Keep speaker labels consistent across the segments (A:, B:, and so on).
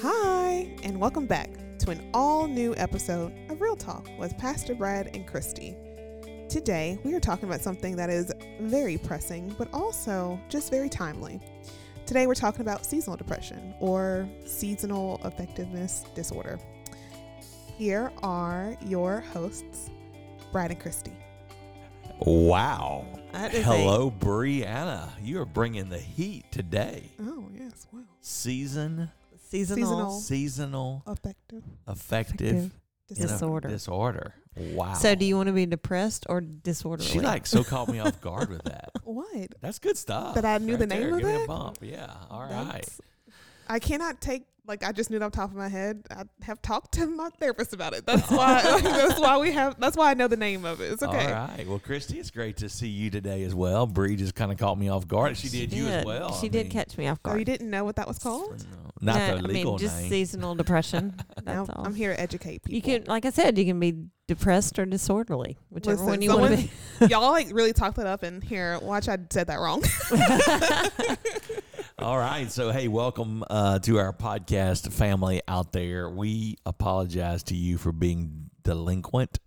A: Hi, and welcome back to an all new episode of Real Talk with Pastor Brad and Christy. Today, we are talking about something that is very pressing, but also just very timely. Today, we're talking about seasonal depression or seasonal effectiveness disorder. Here are your hosts, Brad and Christy.
B: Wow.
A: That is a-
B: Hello, Brianna. You are bringing the heat today.
A: Oh, yes, wow.
B: Season,
A: Seasonal.
C: seasonal,
B: seasonal,
A: Effective.
B: affective you know,
A: disorder.
C: Disorder.
B: disorder. Wow.
C: So, do you want to be depressed or disorderly?
B: She like so caught me off guard with that.
A: What?
B: That's good stuff.
A: That I knew the name
B: there.
A: of
B: Give me
A: it?
B: a bump. Yeah. All right.
A: That's- I cannot take like I just knew it off the top of my head. I have talked to my therapist about it. That's why that's why we have that's why I know the name of it. It's okay.
B: All right. Well, Christy, it's great to see you today as well. Bree just kind of caught me off guard. She did you as well.
C: She
B: I
C: did
B: mean,
C: catch me off
A: Oh,
C: guard.
A: you didn't know what that was called?
B: no, Not
C: No,
B: the
C: I
B: legal
C: mean, just
B: name.
C: seasonal depression.
A: Now
C: That's all.
A: I'm here to educate people.
C: You can, like I said, you can be depressed or disorderly, whichever
A: Listen,
C: one you want to
A: someone-
C: be.
A: y'all like really talk that up in here. Watch I said that wrong.
B: All right. So, hey, welcome uh, to our podcast family out there. We apologize to you for being delinquent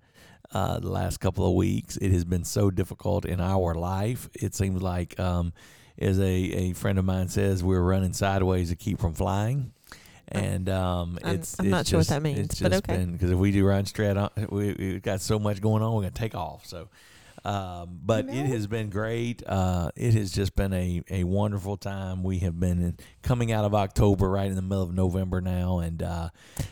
B: uh, the last couple of weeks. It has been so difficult in our life. It seems like, um, as a, a friend of mine says, we're running sideways to keep from flying. And um,
C: I'm-
B: it's
C: I'm
B: it's
C: not sure what
B: just-
C: that means,
B: It's
C: but
B: just
C: okay.
B: because if we do run straight on, we, we've got so much going on. We're gonna take off. So, um, but
A: know?
B: it has been great. Uh, it has just been a, a wonderful time. We have been in, coming out of October, right in the middle of November now, and uh,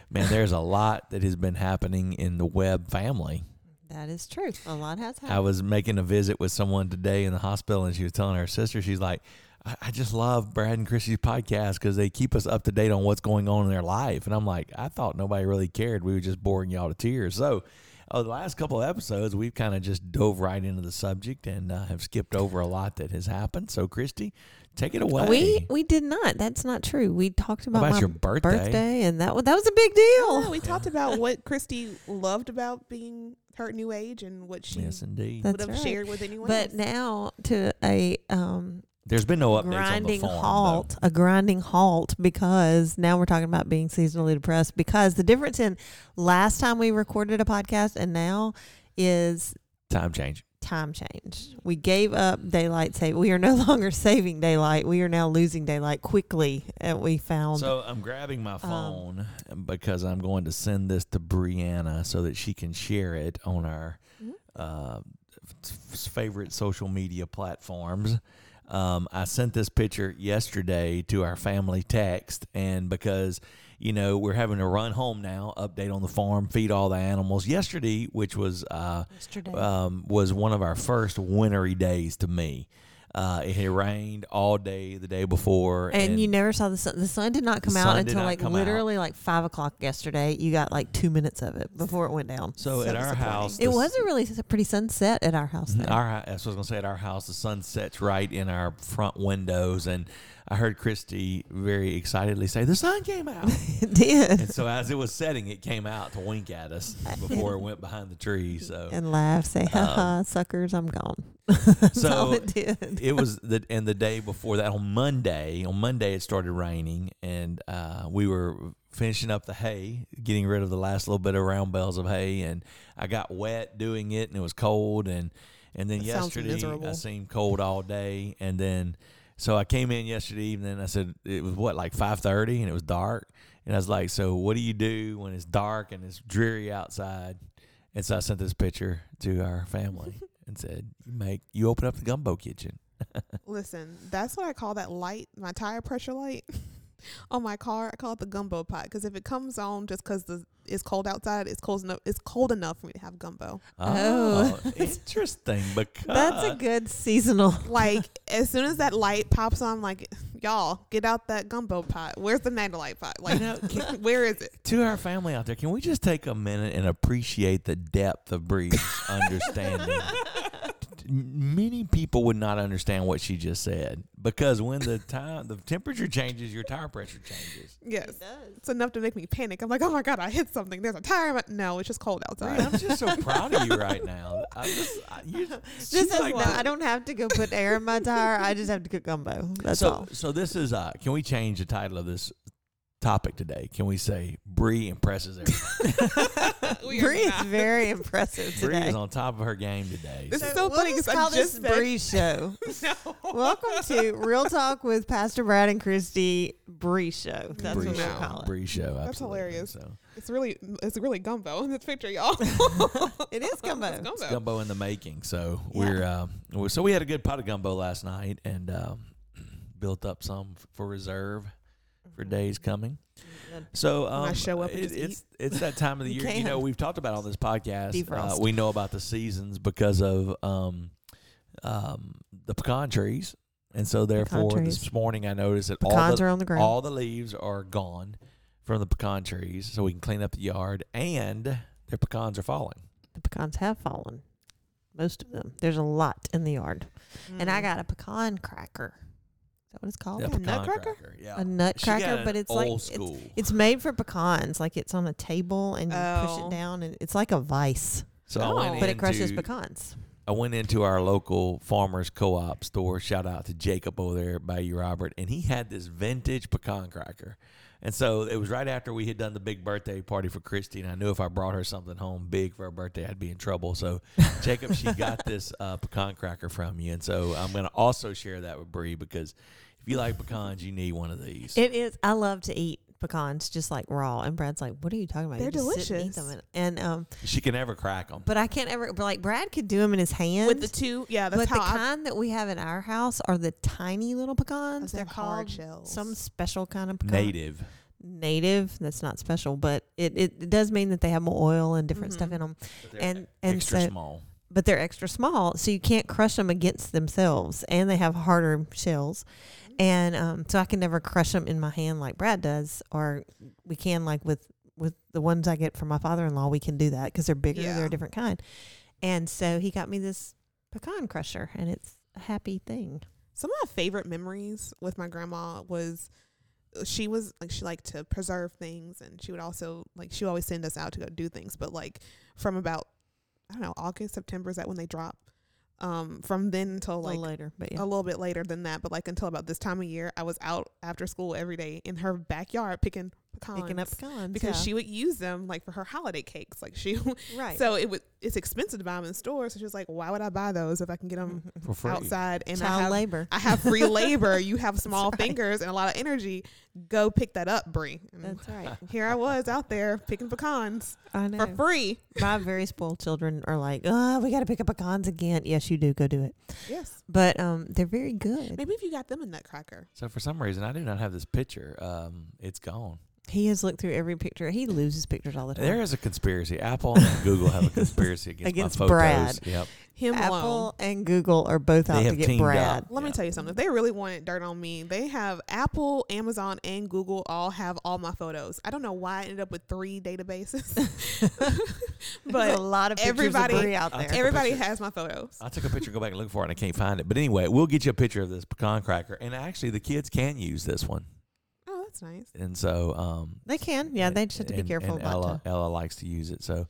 B: man, there's a lot that has been happening in the web family.
C: That is true. A lot has
B: I
C: happened.
B: was making a visit with someone today in the hospital, and she was telling her sister, she's like, I, I just love Brad and Chrissy's podcast because they keep us up to date on what's going on in their life. And I'm like, I thought nobody really cared. We were just boring y'all to tears. So, oh, the last couple of episodes, we've kind of just dove right into the subject and uh, have skipped over a lot that has happened. So, Christy, take it away.
C: we we did not. That's not true. We talked about,
B: About
C: my
B: your birthday.
C: and that was that was a big deal.
A: Yeah, we talked about what Christy loved about being her new age and what she
B: yes, indeed.
A: would
C: That's
A: have
C: right.
A: shared with anyone
C: But
A: else.
C: now to a um,
B: There's been no updates
C: grinding
B: on the farm,
C: halt,
B: though.
C: a grinding halt because now we're talking about being seasonally depressed because the difference in last time we recorded a podcast and now is
B: Time change.
C: time change. We gave up daylight save. We are no longer saving daylight. We are now losing daylight quickly and we found
B: So I'm grabbing
C: Um,
B: my phone because I'm going to send this to Brianna so that she can share it on our
C: Mm-hmm.
B: uh, f- favorite social media platforms. Um, I sent this picture yesterday to our family text, and because you know we're having to run home now, update on the farm, feed all the animals. Yesterday, which was uh,
C: yesterday.
B: um, was one of our first wintry days to me. Uh, it had rained all day the day before,
C: and you never saw the sun. The sun did not come out
B: sun did
C: until
B: not
C: like
B: come out.
C: literally like five o'clock yesterday. You got like two minutes of it before it went down.
B: So, at our house,
C: it
B: the-
C: was a really s- pretty sunset at our house. Though.
B: Our hou- that's what I was gonna say. At our house, the sun sets right in our front windows, and I heard Christy very excitedly say, "The sun came out."
C: it did.
B: and so as it was setting, it came out to wink at us before it went behind the tree. So um,
C: and laugh, say, ha ha, suckers, I'm gone. That's all
B: so
C: it did.
B: it was the and the day before that on Monday. On Monday, it started raining, and uh, we were finishing up the hay, getting rid of the last little bit of round bales of hay, and I got wet doing it, and it was cold, and and then
A: That sounds
B: yesterday I
A: miserable.
B: seemed cold all day, and then so I came in yesterday evening. and I said it was what like five thirty, and it was dark, and I was like, so what do you do when it's dark and it's dreary outside? And so I sent this picture to our family and said, "You make you open up the gumbo kitchen."
A: Listen, that's what I call that light, my tire pressure light on my car. I call it the gumbo pot because if it comes on just because the it's cold outside, it's cold enough. It's cold enough for me to have gumbo.
C: Oh.
B: Oh, interesting. Because
C: That's a good seasonal.
A: Like as soon as that light pops on, I'm like y'all get out that gumbo pot. Where's the Magnolite pot? Like
B: know,
A: where is it?
B: to our family out there. Can we just take a minute and appreciate the depth of Bree's understanding? Many people would not understand what she just said because when the time the temperature changes, your tire pressure changes.
A: Yes, it's enough to make me panic. I'm like, oh my god, I hit something. There's a tire. in my-" No, it's just cold
B: Bree,
A: outside.
B: I'm just so proud of you right now. I just, I, you, she's
C: Just as
B: like
C: well.
B: the-
C: I don't have to go put air in my tire. I just have to cook gumbo. That's
B: so,
C: all.
B: so this is uh can we change the title of this topic today. Can we say Bree impresses everyone?
A: We are
C: Bree is
A: not-
C: very impressive
B: Bree
C: today.
B: is on top of her game today.
A: This
B: so-
A: is so
C: we'll
A: funny
C: just
A: 'cause I
C: call this
A: just said-
C: Bree Show.
A: No.
C: Welcome to Real Talk with Pastor Brad and Christy Bree Show. That's
B: Bree
C: what we'll
A: now.
B: show.
C: call it.
B: Bree show.
A: That's
B: absolutely.
A: hilarious.
B: So,
A: It's really it's really gumbo in this picture, y'all.
C: It is
A: It's
C: gumbo.
A: gumbo.
B: gumbo in the making. So
C: Yeah.
B: we're um, we- so we had a good pot of gumbo last night and um, built up some f- for reserve
C: Mm-hmm.
B: for days coming. So um,
A: I show up and
B: it-
A: just
B: it's it's that time of the
C: You
B: year. You
C: can.
B: know, we've talked about on this podcast. Uh,
C: Defrost.
B: we know about the seasons because of um, um, the pecan trees, and so therefore
C: trees.
B: this morning I noticed that all
C: Pecans
B: the
C: are on the ground.
B: all the leaves are gone from the pecan trees, so we can clean up the yard, and their pecans are falling.
C: The pecans have fallen. Most of them. There's a lot in the yard. And I got a pecan cracker. Is that what it's called?
B: Yeah,
A: yeah, nutcracker?
B: Yeah.
C: Oh, A
B: She got
C: nutcracker,
B: an
C: but it's
B: old
C: like it's,
B: school.
C: it's made for pecans. Like it's on a table and you push
A: Oh.
C: it down, and it's like a vice,
B: so I
A: Oh.
B: went
C: but it crushes
B: into-
C: pecans.
B: I went into our local farmers co-op store. Shout out to Jacob over there by you, Robert, and he had this vintage pecan cracker. And so it was right after we had done the big birthday party for Christy, and I knew if I brought her something home big for her birthday, I'd be in trouble. So, Jacob, she got this uh, pecan cracker from you, and so I'm going to also share that with Bree because if you like pecans, you need one of these.
C: It is. I love to eat pecans just like raw. And Brad's like, "What are you talking about?
A: They're
C: you just sit and eat
A: delicious.
C: them." And, and, um,
B: she can never crack them.
C: but I can't ever. But like Brad could do them in his hand
A: with the two, yeah, that's
C: but
A: how
C: the
A: I
C: kind that we have at our house are the tiny little pecans.
A: Those
C: They're
A: have hard
C: called
A: shells.
C: some special kind of pecan.
B: Native.
C: Native. That's not special, but it, it, it does mean that they have more oil and different stuff in
A: Mm-hmm.
C: them.
A: e-,
C: And and
B: extra
C: so,
B: small.
C: but they're extra small, so you can't crush them against themselves, and they have harder shells.
A: Mm-hmm.
C: And um, so I can never crush them in my hand like Brad does, or we can like with with the ones I get from my father in law, we can do that because they're bigger,
A: Yeah.
C: they're a different kind. And so he got me this pecan crusher, and it's a happy thing.
A: Some of my favorite memories with my grandma was she was like she liked to preserve things and she would also like she would always send us out to go do things but like from about I don't know August September is that when they drop um from then until
C: A
A: like
C: little later, but
A: a little bit later than that but like until about this time of year I was out after school every day in her backyard picking Oh, pecans
C: picking up pecans
A: because
C: yeah.
A: she would use them like for her holiday cakes like she
C: right.
A: so it was it's expensive to buy them in stores so she was like why would I buy those if I can get them
B: For free.
A: outside and I
C: Mm-hmm. child
A: have
C: labor.
A: I have free labor. You have small
C: right.
A: fingers and a lot of energy. Go pick that up, Brie. And
C: That's right.
A: here I was out there picking pecans
C: I know.
A: for free.
C: My very spoiled children are like, oh, we got to pick up pecans again. Yes, you do. Go do it.
A: Yes.
C: But um, they're very good.
A: Maybe if you got them a nutcracker.
B: So for some reason, I do not have this picture. Um, it's gone.
C: He has looked through every picture. He loses pictures all the time.
B: There is a conspiracy. Apple and Google have a conspiracy against,
C: Against
B: my photos.
C: Brad.
B: Yep.
A: Him alone.
C: Apple and Google are both
B: They
C: out to
B: have
C: get
B: teamed
C: Brad.
B: up.
A: Let me
B: Yeah.
A: tell you something. If they really wanted dirt on me, they have Apple, Amazon, and Google all have all my photos. I don't know why I ended up with three databases,
C: There's a
A: but
C: lot of pictures
A: everybody-
C: of Bree out
B: I
C: there.
B: took-
A: everybody
B: picture.
A: has my photos.
B: I took a picture, go back and look for it, and I can't find it. But anyway, we'll get you a picture of this pecan cracker. And actually, the kids can use this one.
A: Oh, that's nice.
B: And so, um,
C: they can. Yeah, they just have to be
B: and-
C: careful
B: and
C: about
B: Ella, Ella likes to use it. So,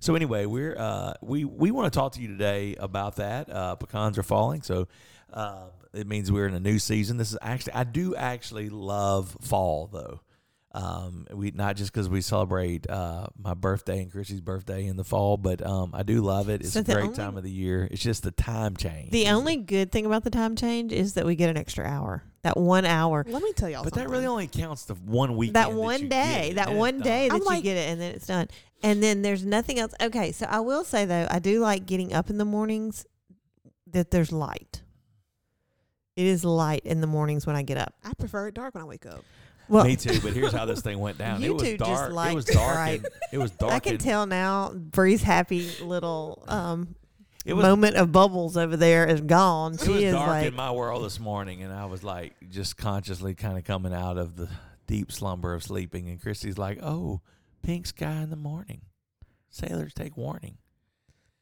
B: so anyway, we're uh, we we want to talk to you today about that. Uh, pecans are falling, so uh, it means we're in a new season. This is actually I do actually love fall though. Um, we not just because we celebrate uh, my birthday and Chrissy's birthday in the fall, but um, I do love it. It's
C: So
B: a
C: the
B: great
C: only-
B: time of the year. It's just the time change.
C: The only good thing about the time change is that we get an extra hour. That one hour.
A: Let me tell y'all
B: but
A: something.
B: that really only counts the one weekend.
C: That one
B: you get
C: day.
B: it,
C: That
B: and
C: one
B: it's done.
C: day that
A: I'm
C: you
A: like-
C: get it and then it's done. And then there's nothing else. Okay, so I will say though, I do like getting up in the mornings that there's light. It is light in the mornings when I get up.
A: I prefer it dark when I wake up.
C: Well,
B: Me too, but here's how this thing went down.
C: You
B: it was
C: two just
B: dark. it
C: like
B: was
C: to
B: dark.
C: gripe.
B: and- it was dark.
C: I can
B: and-
C: tell now Bree's happy little um
B: It was
C: moment of bubbles over there is gone.
B: It was
C: She is
B: dark
C: like
B: in my world this morning, and I was like just consciously kind of coming out of the deep slumber of sleeping. And Christy's like, "Oh, pink sky in the morning. Sailors take warning."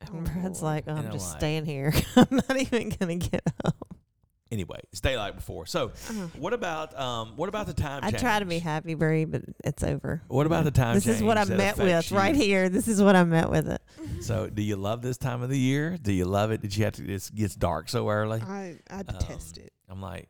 C: and Brad's like,
B: And
C: I'm
B: I'm
C: just
B: like-
C: staying here. I'm not even gonna get up.
B: Anyway, it's daylight before. So, what about um, what about the time?
C: Uh-huh. I try to be
B: change?
C: happy, Bree, but it's over.
B: What about the time?
C: This is what I
B: change that
C: met
B: affects
C: with
B: you?
C: right here. This is what I met with it.
B: So, do you love this time of the
C: Uh-huh.
B: year? Do you love it? Did you have to? It gets dark so early.
A: I, I detest
B: Um,
A: it.
B: I'm like,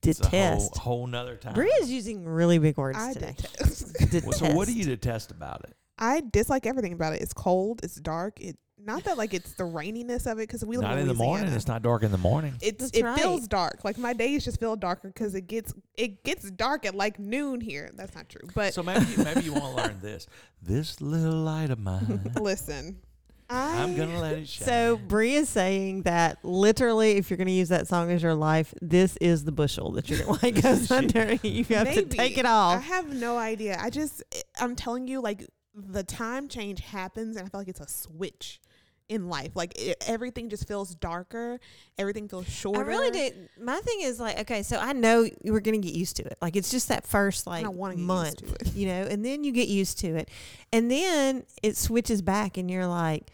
B: That's
C: Detest.
B: a whole, whole nother time.
C: Bria's using really big words
A: I
C: today.
A: detest.
B: Well, so what do you detest about it?
A: I dislike everything about it. It's cold. It's dark. It not that like it's the raininess of it because we live
B: Not
A: in,
B: in the morning.
A: Louisiana.
B: It's not dark in the morning.
A: It's
C: That's
A: it
C: right.
A: feels dark. Like my days just feel darker because it gets it gets dark at like noon here. That's not true, but
B: So maybe you, maybe you want to learn this. This little light of mine,
A: listen, I
B: I'm gonna let it shine.
C: So Bria is saying that literally, if you're going to use that song as your life, this is the bushel that your light goes under. You have to
A: Maybe.
C: take it
A: I
C: off.
A: have no idea. I just eh, I'm telling you, like the time change happens, and I feel like it's a switch in life. Like e- everything just feels darker. Everything feels shorter.
C: I really do. My thing is like, okay, so I know you are going to get used to it. Like it's just that first like
A: I wanna get used
C: month,
A: to it.
C: you know, and then you get used to it, and then it switches back, and you're like,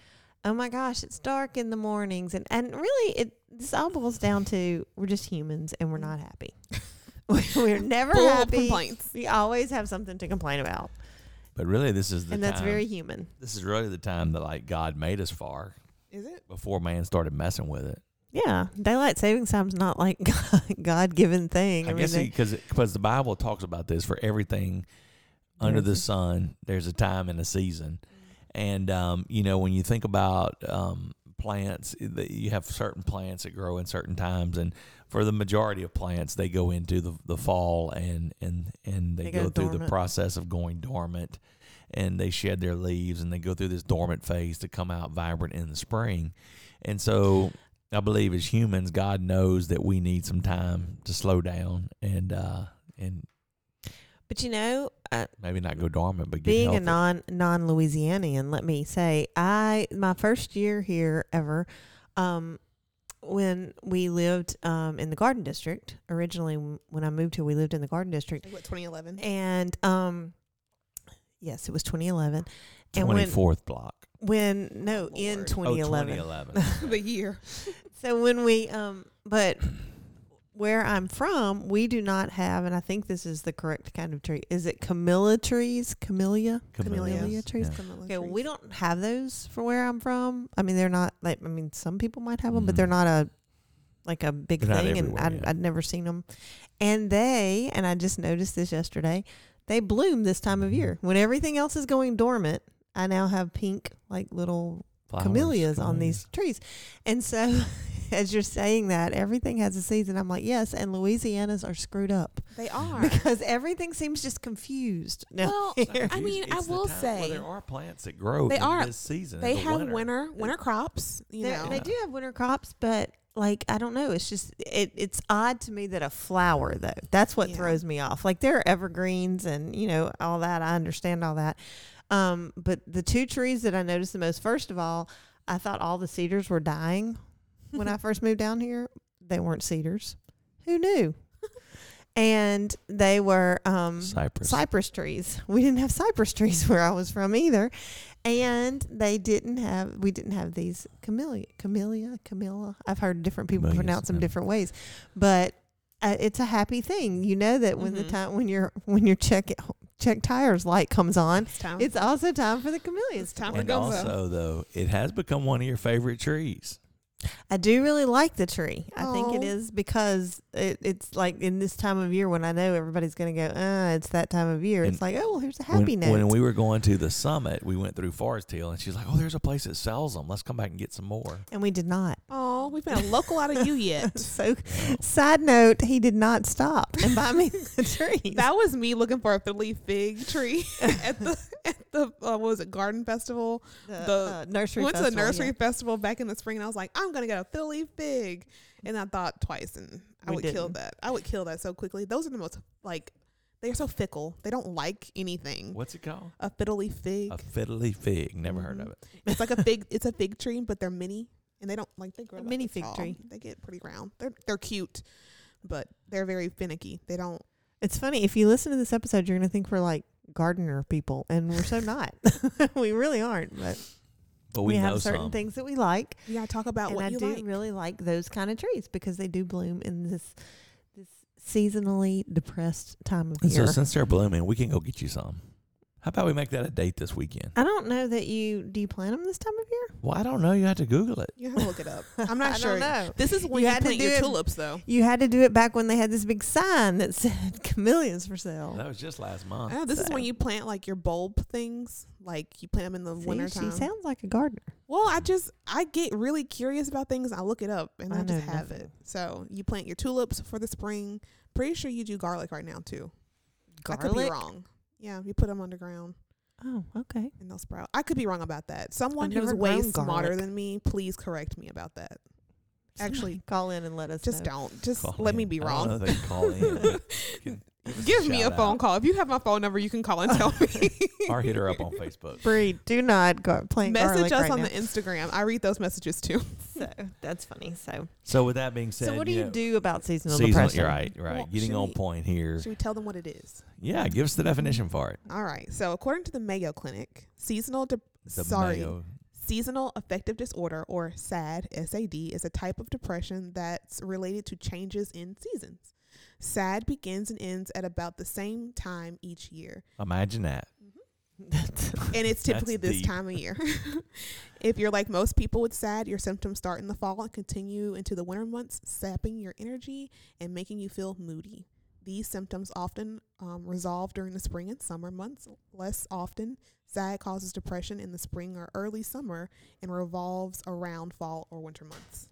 C: oh my gosh, it's dark in the mornings, and and really, it this all boils down to we're just humans, and we're not happy. we're never
A: Full of
C: happy.
A: complaints.
C: We always have something to complain about,
B: but really, this is the
C: and that's
B: time-
C: very human.
B: This is really the time that like God made us for
A: Is it?
B: before man started messing with it.
C: Yeah, daylight savings time's not like God given thing.
B: I, guess
C: they-
B: because because the Bible talks about this for everything under the
C: There's
B: sun. There's a time and a season,
A: Mm.
B: and um, you know when you think about um, plants, that you have certain plants that grow in certain times, and for the majority of plants, they go into the, the fall and and and they,
C: They
B: go,
C: go
B: through the
C: dormant.
B: process of going dormant, and they shed their leaves and they go through this dormant phase to come out vibrant in the spring, and so I believe as humans, God knows that we need some time to slow down and uh, and
C: but you know, uh,
B: maybe not go dormant, but get
C: being
B: healthy.
C: a non non Louisianian, let me say, I my first year here ever, um, when we lived um, in the Garden District originally, when I moved here, we lived in the Garden District,
A: Like, what 2011?
C: Eh. and um, yes, it was 2011, and
B: twenty
C: when
B: fourth block.
C: when no in
A: Lord.
B: Oh,
C: 2011,
B: 2011.
A: the year.
C: So when we um but where I'm from, we do not have and I think this is the correct kind of tree. Is it camellia trees? Camellia?
A: Camellia
B: Camellias.
C: trees.
B: Yeah.
C: Okay, well, we don't have those for where I'm from. I mean, they're not like I mean, some people might have them, but
B: Mhm.
C: they're not a like a big
B: They're not
C: thing and
B: everywhere,
C: I'd,
B: yeah.
C: I'd never seen them. And they, and I just noticed this yesterday, they bloom this time of
B: Mhm.
C: year. When everything else is going dormant, I now have pink like little
B: Flowers,
C: camellias on these trees. And so, as you're saying that, everything has a season. I'm like, yes, and Louisianas are screwed up
A: They are.
C: because everything seems just confused. Now
A: Well,
C: here.
A: I mean, I
B: It's the
A: will
B: time-
A: say-
B: well, there are plants that grow.
A: They
B: in
A: are.
B: this season. in
A: They
B: the
A: have
B: winter.
A: winter. winter crops. You
C: They-
A: know,
C: they do have winter crops, but like I don't know, it's just it. It's odd to me that a flower though. That's what
A: Yeah.
C: throws me off. Like there are evergreens and you know all that. I understand all that, um, but the two trees that I noticed the most. First of all, I thought all the cedars were dying when I first moved down here. They weren't cedars. Who knew? and they were um,
B: Cypress.
C: cypress trees. We didn't have cypress trees where I was from either, and they didn't have we didn't have these camellia, camellia, camilla. I've heard different people
B: Camellias,
C: pronounce them
B: yeah.
C: different ways, but uh, it's a happy thing. You know that when the
A: Mhm.
C: time when your when your check check tires light comes on,
A: it's time.
C: it's also time for the camellias.
A: It's time for
B: And
A: gumbo.
B: also, though, it has become one of your favorite trees.
C: I do really like the tree. I think it
A: Aw.
C: is because it, it's like in this time of year when I know everybody's going to go, uh, it's that time of year.
B: And
C: it's like, oh, well, here's a happy
B: When,
C: note.
B: when we were going to the summit, we went through Forest Hill, and she's like, "Oh, there's a place that sells them. Let's come back and get some more."
C: and we did not.
A: Oh, we've been a local out of you yet.
C: So, side note, he did not stop and buy me the trees.
A: That was me looking for a three-leaf fig tree at the at the uh, what was it garden festival. the-
C: uh, nursery
A: we went to the
C: festival,
A: nursery
C: yeah.
A: festival back in the spring, and I was like, I'm gonna get a three-leaf fig, and I thought twice, and I
C: We
A: would kill
C: didn't.
A: that. I would kill that so quickly. Those are the most like they're so fickle. They don't like anything.
B: What's it called?
A: A fiddly fig.
B: A fiddly fig. Never heard of
A: Mhm.
B: it.
A: It's like a fig. It's a fig tree, but they're mini, and they don't like they grow
C: A
A: about
C: mini
A: this
C: fig
A: tall.
C: tree.
A: They get pretty round. They're they're cute, but they're very finicky. They don't.
C: It's funny if you listen to this episode, you're going to think we're like gardener people, and we're so not. we really aren't, but
B: But
C: we,
B: we, know
C: have certain
B: some.
C: things that we like,
A: Yeah, talk about
C: and
A: what
C: I
A: you
C: do
A: like.
C: really like those kind of trees because they do bloom in this this seasonally depressed time of
B: And so
C: year.
B: since they're blooming, we can go get you some. How about we make that a date this weekend?
C: I don't know that you do you plant them this time of year.
B: Well, I don't know. You have to Google it.
A: You have to look it up. I'm not
C: I
A: sure.
C: Don't know.
A: This is when
C: You
A: you,
C: had to
A: plant
C: do
A: your
C: it-
A: tulips, though.
C: You had to do it back when they had this big sign that said chameleons for sale.
B: That was just last month.
A: Oh, this is when
C: So-
A: you plant like your bulb things, like you plant them in the
C: See,
A: winter
C: she
A: time.
C: sounds like a gardener.
A: well, I just I get really curious about things. I look it up and
C: I
A: I, just
C: know
A: have it.
C: nothing.
A: So you plant your tulips for the spring. Pretty sure you do garlic right now too. I could be wrong. Yeah, you put them underground
C: Oh, okay.
A: and they'll sprout. I could be wrong about that. Someone
C: I've
A: who's
C: never
A: way
C: grown
A: smarter
C: garlic.
A: than me, please correct me about that. Actually,
C: Somebody call in and let us
A: Just
C: know.
A: don't. Just
B: Call
A: Uh, let
B: in.
A: me be
B: I don't know
A: wrong.
B: if they can call in, but you can give us
A: Give me a
B: shout
A: phone
B: out
A: call. If you have my phone number, you can call and tell me.
B: Or hit her up on Facebook.
C: Bree, do not go plant
A: Message
C: garlic
A: us
C: right
A: on
C: now.
A: the Instagram. I read those messages too.
C: So that's funny. So,
B: So with that being said,
C: so what do you
B: know,
C: do about seasonal,
B: Seasonal,
C: depression?
B: you're right, right.
A: Well,
B: Getting
A: should
B: on
A: we-
B: point here.
A: Should we tell them what it is?
B: Yeah, give us the definition for it.
A: All right. So according to the Mayo Clinic, seasonal de-
B: The
A: sorry
B: Mayo-
A: seasonal affective disorder or SAD SAD is a type of depression that's related to changes in seasons. SAD begins and ends at about the same time each year,
B: Imagine that.
A: and it's
B: That's
A: typically this
B: deep.
A: time of year. if you're like most people with SAD, your symptoms start in the fall and continue into the winter months, sapping your energy and making you feel moody. These symptoms often um, resolve during the spring and summer months. Less often, SAD causes depression in the spring or early summer and revolves around fall or winter months.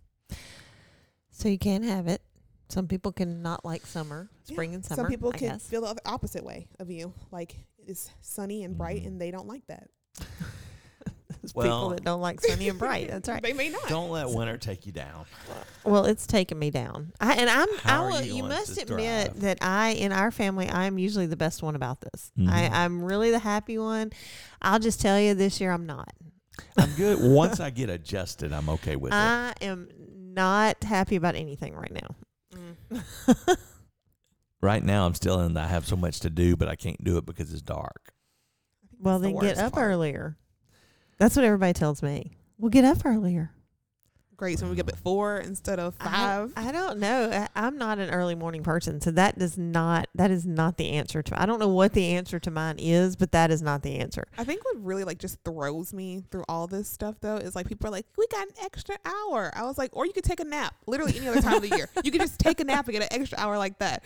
C: So you can have it. Some people can not like summer,
A: Yeah,
C: spring and summer.
A: Some people
C: I
A: can
C: guess.
A: feel the oth- opposite way of you, like it's sunny and bright,
B: Mhm.
A: and they don't like that.
C: There's people
B: Well-
C: that don't like sunny and bright. That's right.
A: they may not.
B: Don't let winter take you down.
C: Well, it's taken me down. I, and I'm.
B: How
C: I
B: are
C: will.
B: you
C: You,
B: going
C: must
B: to
C: admit
B: thrive?
C: that I, in our family, I'm usually the best one about this. I,
B: Mhm.
C: I'm really the happy one. I'll just tell you, this year I'm not.
B: I'm good. Once I get adjusted, I'm okay with it.
C: I am not happy about anything right now.
A: Mm.
B: Right now, I'm still in. the I have so much to do, but I can't do it because it's dark.
C: Well,
A: That's
C: then
A: the
C: get
A: worst
C: up
A: part.
C: earlier. That's what everybody tells me. Well, get up earlier.
A: Great. So we get up at four instead of
C: I-
A: five.
C: I, don't know. I, I'm not an early morning person, so that does not that is not the answer to. I don't know what the answer to mine is, but that is not the answer.
A: I think what really like just throws me through all this stuff though is like people are like, we got an extra hour. I was like, or you could take a nap. Literally any other time of the year, you could just take a nap and get an extra hour like that.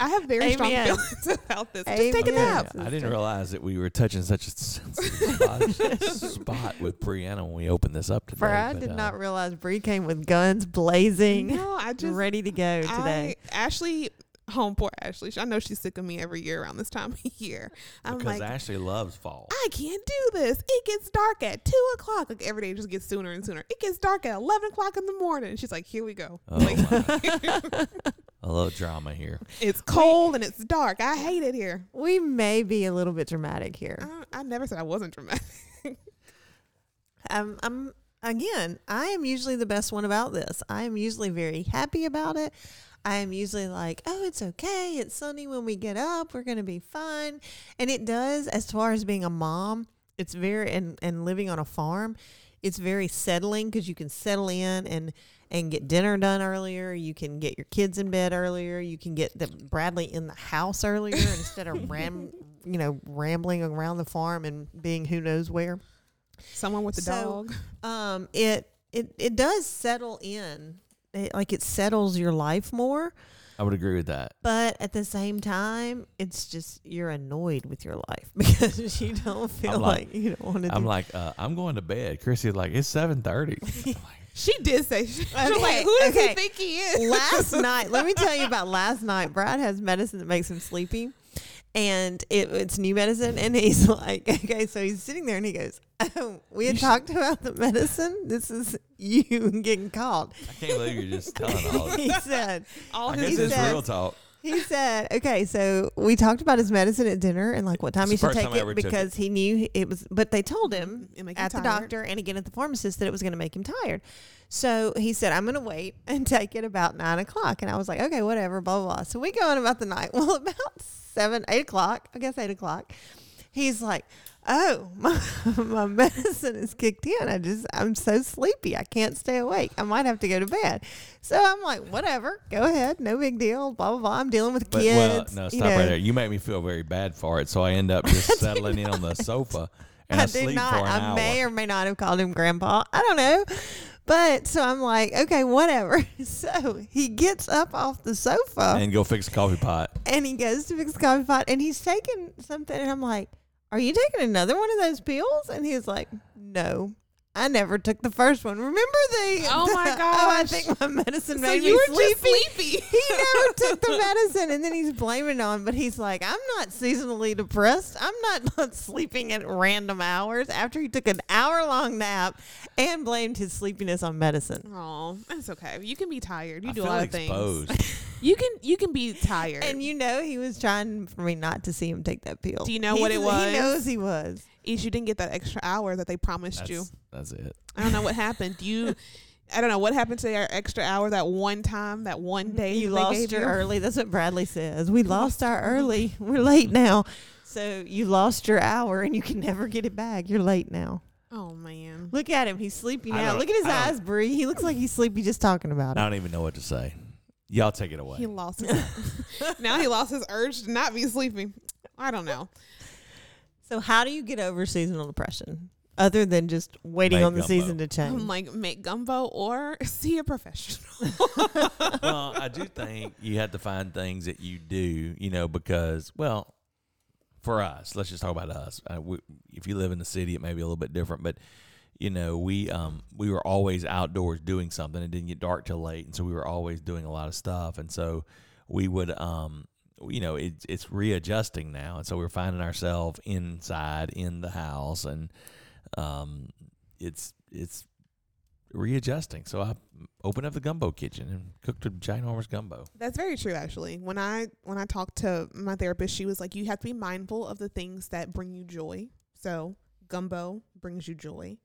A: I have very
C: Amen.
A: strong feelings about this. Just take a
C: Amen.
A: nap.
B: I didn't realize that we were touching such a sensitive spot- spot with Brianna when we opened this up today.
C: For I
B: but,
C: did
B: uh,
C: not realize Bree came with guns blazing,
A: No, I just
C: ready to go today.
A: I, Ashley, home poor Ashley. I know she's sick of me every year around this time of year. I'm
B: because
A: like,
B: Ashley loves fall.
A: I can't do this. It gets dark at two o'clock. Like every day just gets sooner and sooner. It gets dark at eleven o'clock in the morning. She's like, here we go.
B: Oh
A: Like,
B: my. a little drama here.
A: it's cold and it's dark. I hate it here.
C: we may be a little bit dramatic here.
A: I, I never said I wasn't dramatic.
C: um, I'm again, I am usually the best one about this. I am usually very happy about it. I am usually like, oh, it's okay. It's sunny when we get up. We're going to be fine. And it does, as far as being a mom, it's very, and, and living on a farm, it's very settling because you can settle in and, and get dinner done earlier. You can get your kids in bed earlier. You can get the Bradley in the house earlier instead of ram, you know, rambling around the farm and being who knows where
A: Someone with a
C: So-
A: dog.
C: um, it it it does settle in, it, like it settles your life more.
B: I would agree with that.
C: But at the same time, it's just you're annoyed with your life because you don't feel like,
B: like-
C: you don't want to.
B: I'm
C: do
B: like, uh, I'm going to bed. Chrissy's like, it's 7:30. I'm like,
A: She did say she, she was
C: Okay,
A: like, who does
C: okay.
A: he think he is?
C: last night, let me tell you about last night. Brad has medicine that makes him sleepy, and it, it's new medicine. And he's like, okay, so he's sitting there and he goes, oh, we had
B: You should-
C: talked about the medicine. This is you getting called.
B: I can't believe you're just telling all. Of this.
C: He said.
A: All
B: I guess
A: his
C: he
B: it's
C: said-
B: real talk.
C: He said, "Okay, so we talked about his medicine at dinner and like what time
B: It's
C: he
B: the
C: should
B: first
C: take
B: time I
C: it
B: ever took it.
C: because he knew it was." But they told him
A: It make you
C: at the
A: tired.
C: doctor and again at the pharmacist that it was going to make him tired. So he said, "I'm going to wait and take it about nine o'clock." And I was like, "Okay, whatever." Blah blah. blah. So we go on about the night. Well, about seven, eight o'clock. I guess eight o'clock. He's like, oh, my, my medicine is kicked in. I just, I'm so sleepy. I can't stay awake. I might have to go to bed. So I'm like, whatever, go ahead. No big deal. Blah, blah, blah. I'm dealing with
B: But
C: kids.
B: well, no, stop
C: you
B: right
C: know.
B: there. You make me feel very bad for it, so I end up just settling in on the sofa and I,
C: I
B: sleep
C: did not.
B: for an
C: I
B: hour.
C: may or may not have called him grandpa. I don't know. But so I'm like, okay, whatever. So he gets up off the sofa and,
B: and go fix a coffee pot.
C: he goes to fix the coffee pot and he's taking something. And I'm like, are you taking another one of those pills? And he's like, no. I never took the first one. Remember the
A: Oh my
C: the- Oh, I
A: gosh.
C: think my medicine
A: So
C: made
A: you
C: me
A: were
C: sleepy.
A: just sleepy.
C: He never took the medicine, and then he's blaming it on. But he's like, I'm not seasonally depressed. I'm not sleeping at random hours. After he took an hour long nap, and blamed his sleepiness on medicine.
A: Oh, that's okay. You can be tired. You
B: I
A: do a
B: feel
A: lot
B: exposed.
A: of things. You can you can be tired.
C: And you know he was trying for me not to see him take that pill.
A: Do you know
C: He's-
A: what it was?
C: He knows he was.
A: is you didn't get that extra hour that they promised you.
B: That's, that's it.
A: I don't know what happened. You, I don't know what happened to our extra hour that one time, that one day
C: Mm-hmm. You
A: that they
C: lost
A: gave
C: your
A: you.
C: early. That's what Bradley says. We lost our early. We're late now. So you lost your hour, and you can never get it back. You're late now.
A: Oh man,
C: Look at him. He's sleepy
B: I
C: now.
B: don't-
C: Look at his
B: I don't-
C: eyes, Bree. He looks like he's sleepy just talking about
B: I
C: it.
B: don't even know what to say. Y'all take it away.
A: he lost. His, now he lost his urge to not be sleepy. I don't know.
C: So, how do you get over seasonal depression other than just waiting
B: Make
C: on the
B: gumbo.
C: season to change?
A: I'm like make gumbo or see a professional.
B: well, I do think you have to find things that you do, you know, because well, for us, let's just talk about us. Uh, we, if you live in the city, it may be a little bit different, but you know, we um we were always outdoors doing something. It didn't get dark till late, and so we were always doing a lot of stuff, and so we would um you know it, it's readjusting now, and so we're finding ourselves inside in the house, and um it's it's readjusting. So I opened up the gumbo kitchen and cooked a ginormous gumbo.
A: That's very true, actually. When I when I talked to my therapist, she was like, "You have to be mindful of the things that bring you joy." So gumbo brings you joy.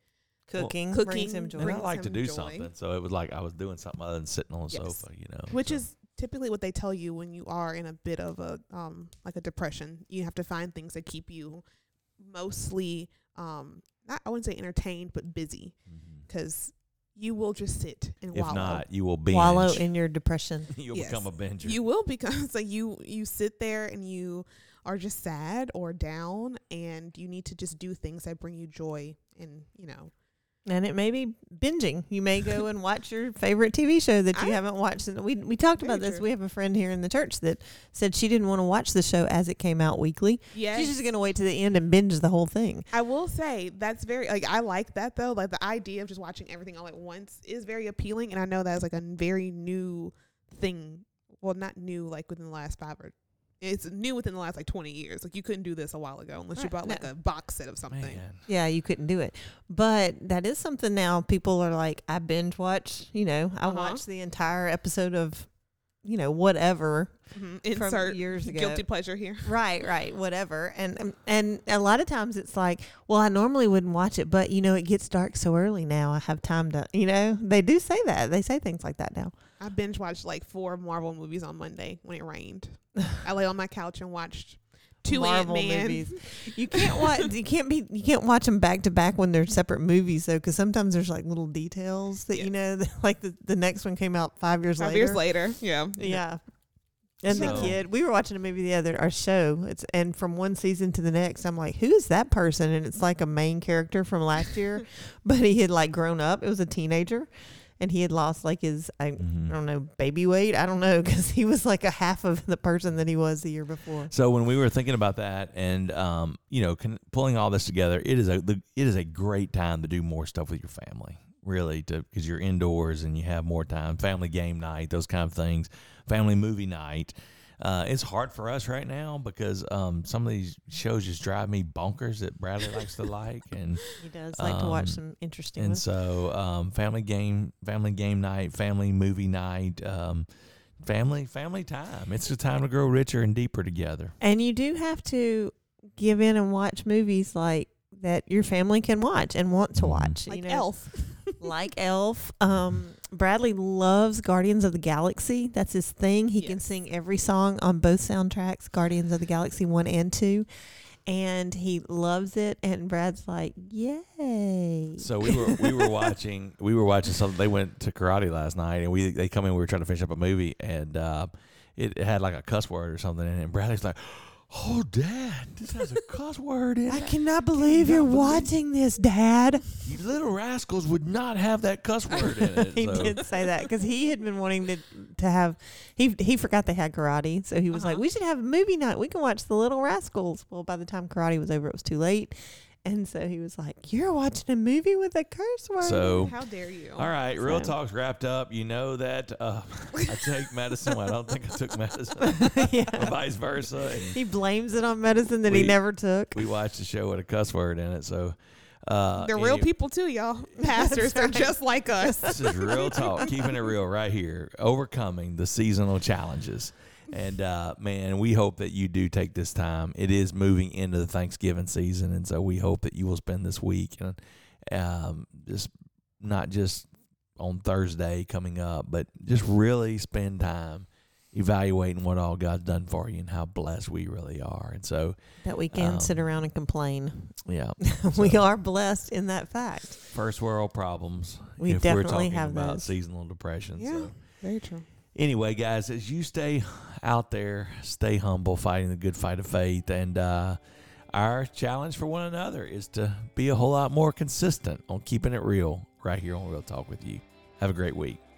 C: cooking,
A: Well, cooking
C: brings him
B: And
C: joy.
B: I
A: brings
B: like to
A: him
B: do
A: joy.
B: something, so it was like I was doing something other than sitting on the
A: Yes.
B: sofa, you know.
A: which
B: so-
A: is typically what they tell you when you are in a bit of a um like a depression you have to find things that keep you mostly um not i wouldn't say entertained but busy
B: Mhm.
A: because you will just sit and
B: if
A: wallow
B: not, you will binge.
C: Wallow in your depression.
B: You'll
A: Yes.
B: become a binger.
A: you will become so you you sit there and you are just sad or down and you need to just do things that bring you joy and you know
C: And it may be binging. You may go and watch your favorite TV show that you
A: I-
C: haven't watched. And we we talked about
A: Very
C: this.
A: true.
C: We have a friend here in the church that said she didn't want to watch the show as it came out weekly.
A: yeah
C: She's just going to wait to the end and binge the whole thing.
A: I will say that's very like I like that though. Like the idea of just watching everything all at once is very appealing, and I know that is like a very new thing. Well, not new like within the last five or it's new within the last like twenty years. Like you couldn't do this a while ago unless you
C: Right,
A: bought like
C: no.
A: a box set of something.
B: Man.
C: Yeah, you couldn't do it. But that is something now people are like, I binge watch, you know, I
A: Uh-huh.
C: watched the entire episode of, you know, whatever.
A: hmm
C: From
A: Insert
C: years ago.
A: guilty pleasure here.
C: Right, right, whatever. And um, and a lot of times it's like, well, I normally wouldn't watch it, but you know, it gets dark so early now. I have time to, you know, they do say that. They say things like that now.
A: I binge watched like four Marvel movies on Monday when it rained. I lay on my couch and watched two
C: Marvel
A: Ant-Man.
C: movies. You can't watch. You can't be. You can't watch them back to back when they're separate movies, though, because sometimes there's like little details that you
A: Yes.
C: know, that, like the, the next one came out five years
A: Five
C: later.
A: years later, yeah,
C: Yeah. And the
B: So-
C: kid, we were watching a movie the other, our show. It's and from one season to the next, I'm like, who is that person? And it's like a main character from last year, but he had like grown up. It was a teenager, and he had lost like his, I,
B: Mhm.
C: I don't know, baby weight. I don't know because he was like a half of the person that he was the year before.
B: So when we were thinking about that, and um, you know, con- pulling all this together, it is a the, it is a great time to do more stuff with your family. Really, because you're indoors and you have more time. Family game night, those kind of things. Family movie night. Uh, it's hard for us right now because um, some of these shows just drive me bonkers that Bradley likes to like, and
C: He does like to
B: Um,
C: watch some interesting
B: and
C: ones.
B: so um, family game, family game night, family movie night, um, family family time. It's the time to grow richer and deeper together.
C: And you do have to give in and watch movies like that your family can watch and want to
B: Mhm.
C: watch.
A: like
C: you know?
A: Elf.
C: like Elf. Um, Bradley loves Guardians of the Galaxy. That's his thing. He can
A: Yes.
C: sing every song on both soundtracks, Guardians of the Galaxy one and two. and he loves it. And Brad's like, "Yay!"
B: So we were we were watching we were watching something. They went to karate last night, and we they come in. We were trying to finish up a movie, and uh, it had like a cuss word or something. in it, And Bradley's like, "Oh, Dad, this has a cuss word in
C: I
B: it.
C: cannot believe you're
B: believe-
C: watching this, Dad.
B: You little rascals would not have that cuss word in it."
C: he
B: So-
C: did say that because he had been wanting to to have he he forgot they had karate, so he was
B: Uh-huh.
C: like, "We should have a movie night. We can watch The Little Rascals." Well, by the time karate was over, it was too late, and so he was like, "You're watching a movie with a curse word."
B: So
A: How dare you?
B: All right, real
C: So-
B: talk's wrapped up. You know that uh, I take medicine. When I don't think I took medicine,
C: yeah,
B: or vice versa. And
C: he blames it on medicine that he
B: We-
C: never took.
B: we watched a show with a cuss word in it, so uh,
A: They're real
B: any-
A: people too, y'all. Pastors, they're just like us.
B: This is real talk, keeping it real right here. Overcoming the seasonal challenges. And uh, man, we hope that you do take this time. It is moving into the Thanksgiving season, and so we hope that you will spend this week and um, just not just on Thursday coming up, but just really spend time evaluating what all God's done for you and how blessed we really are. And so,
C: That we can
B: um,
C: sit around and complain.
B: yeah,
C: we
B: so-
C: are blessed in that fact.
B: first world problems.
C: We
B: if
C: definitely
B: we're talking
C: have
B: about
C: those.
B: seasonal depression.
A: Yeah.
B: So.
A: Very true.
B: anyway, guys, as you stay out there, stay humble, fighting the good fight of faith. And uh, our challenge for one another is to be a whole lot more consistent on keeping it real right here on Real Talk with you. Have a great week.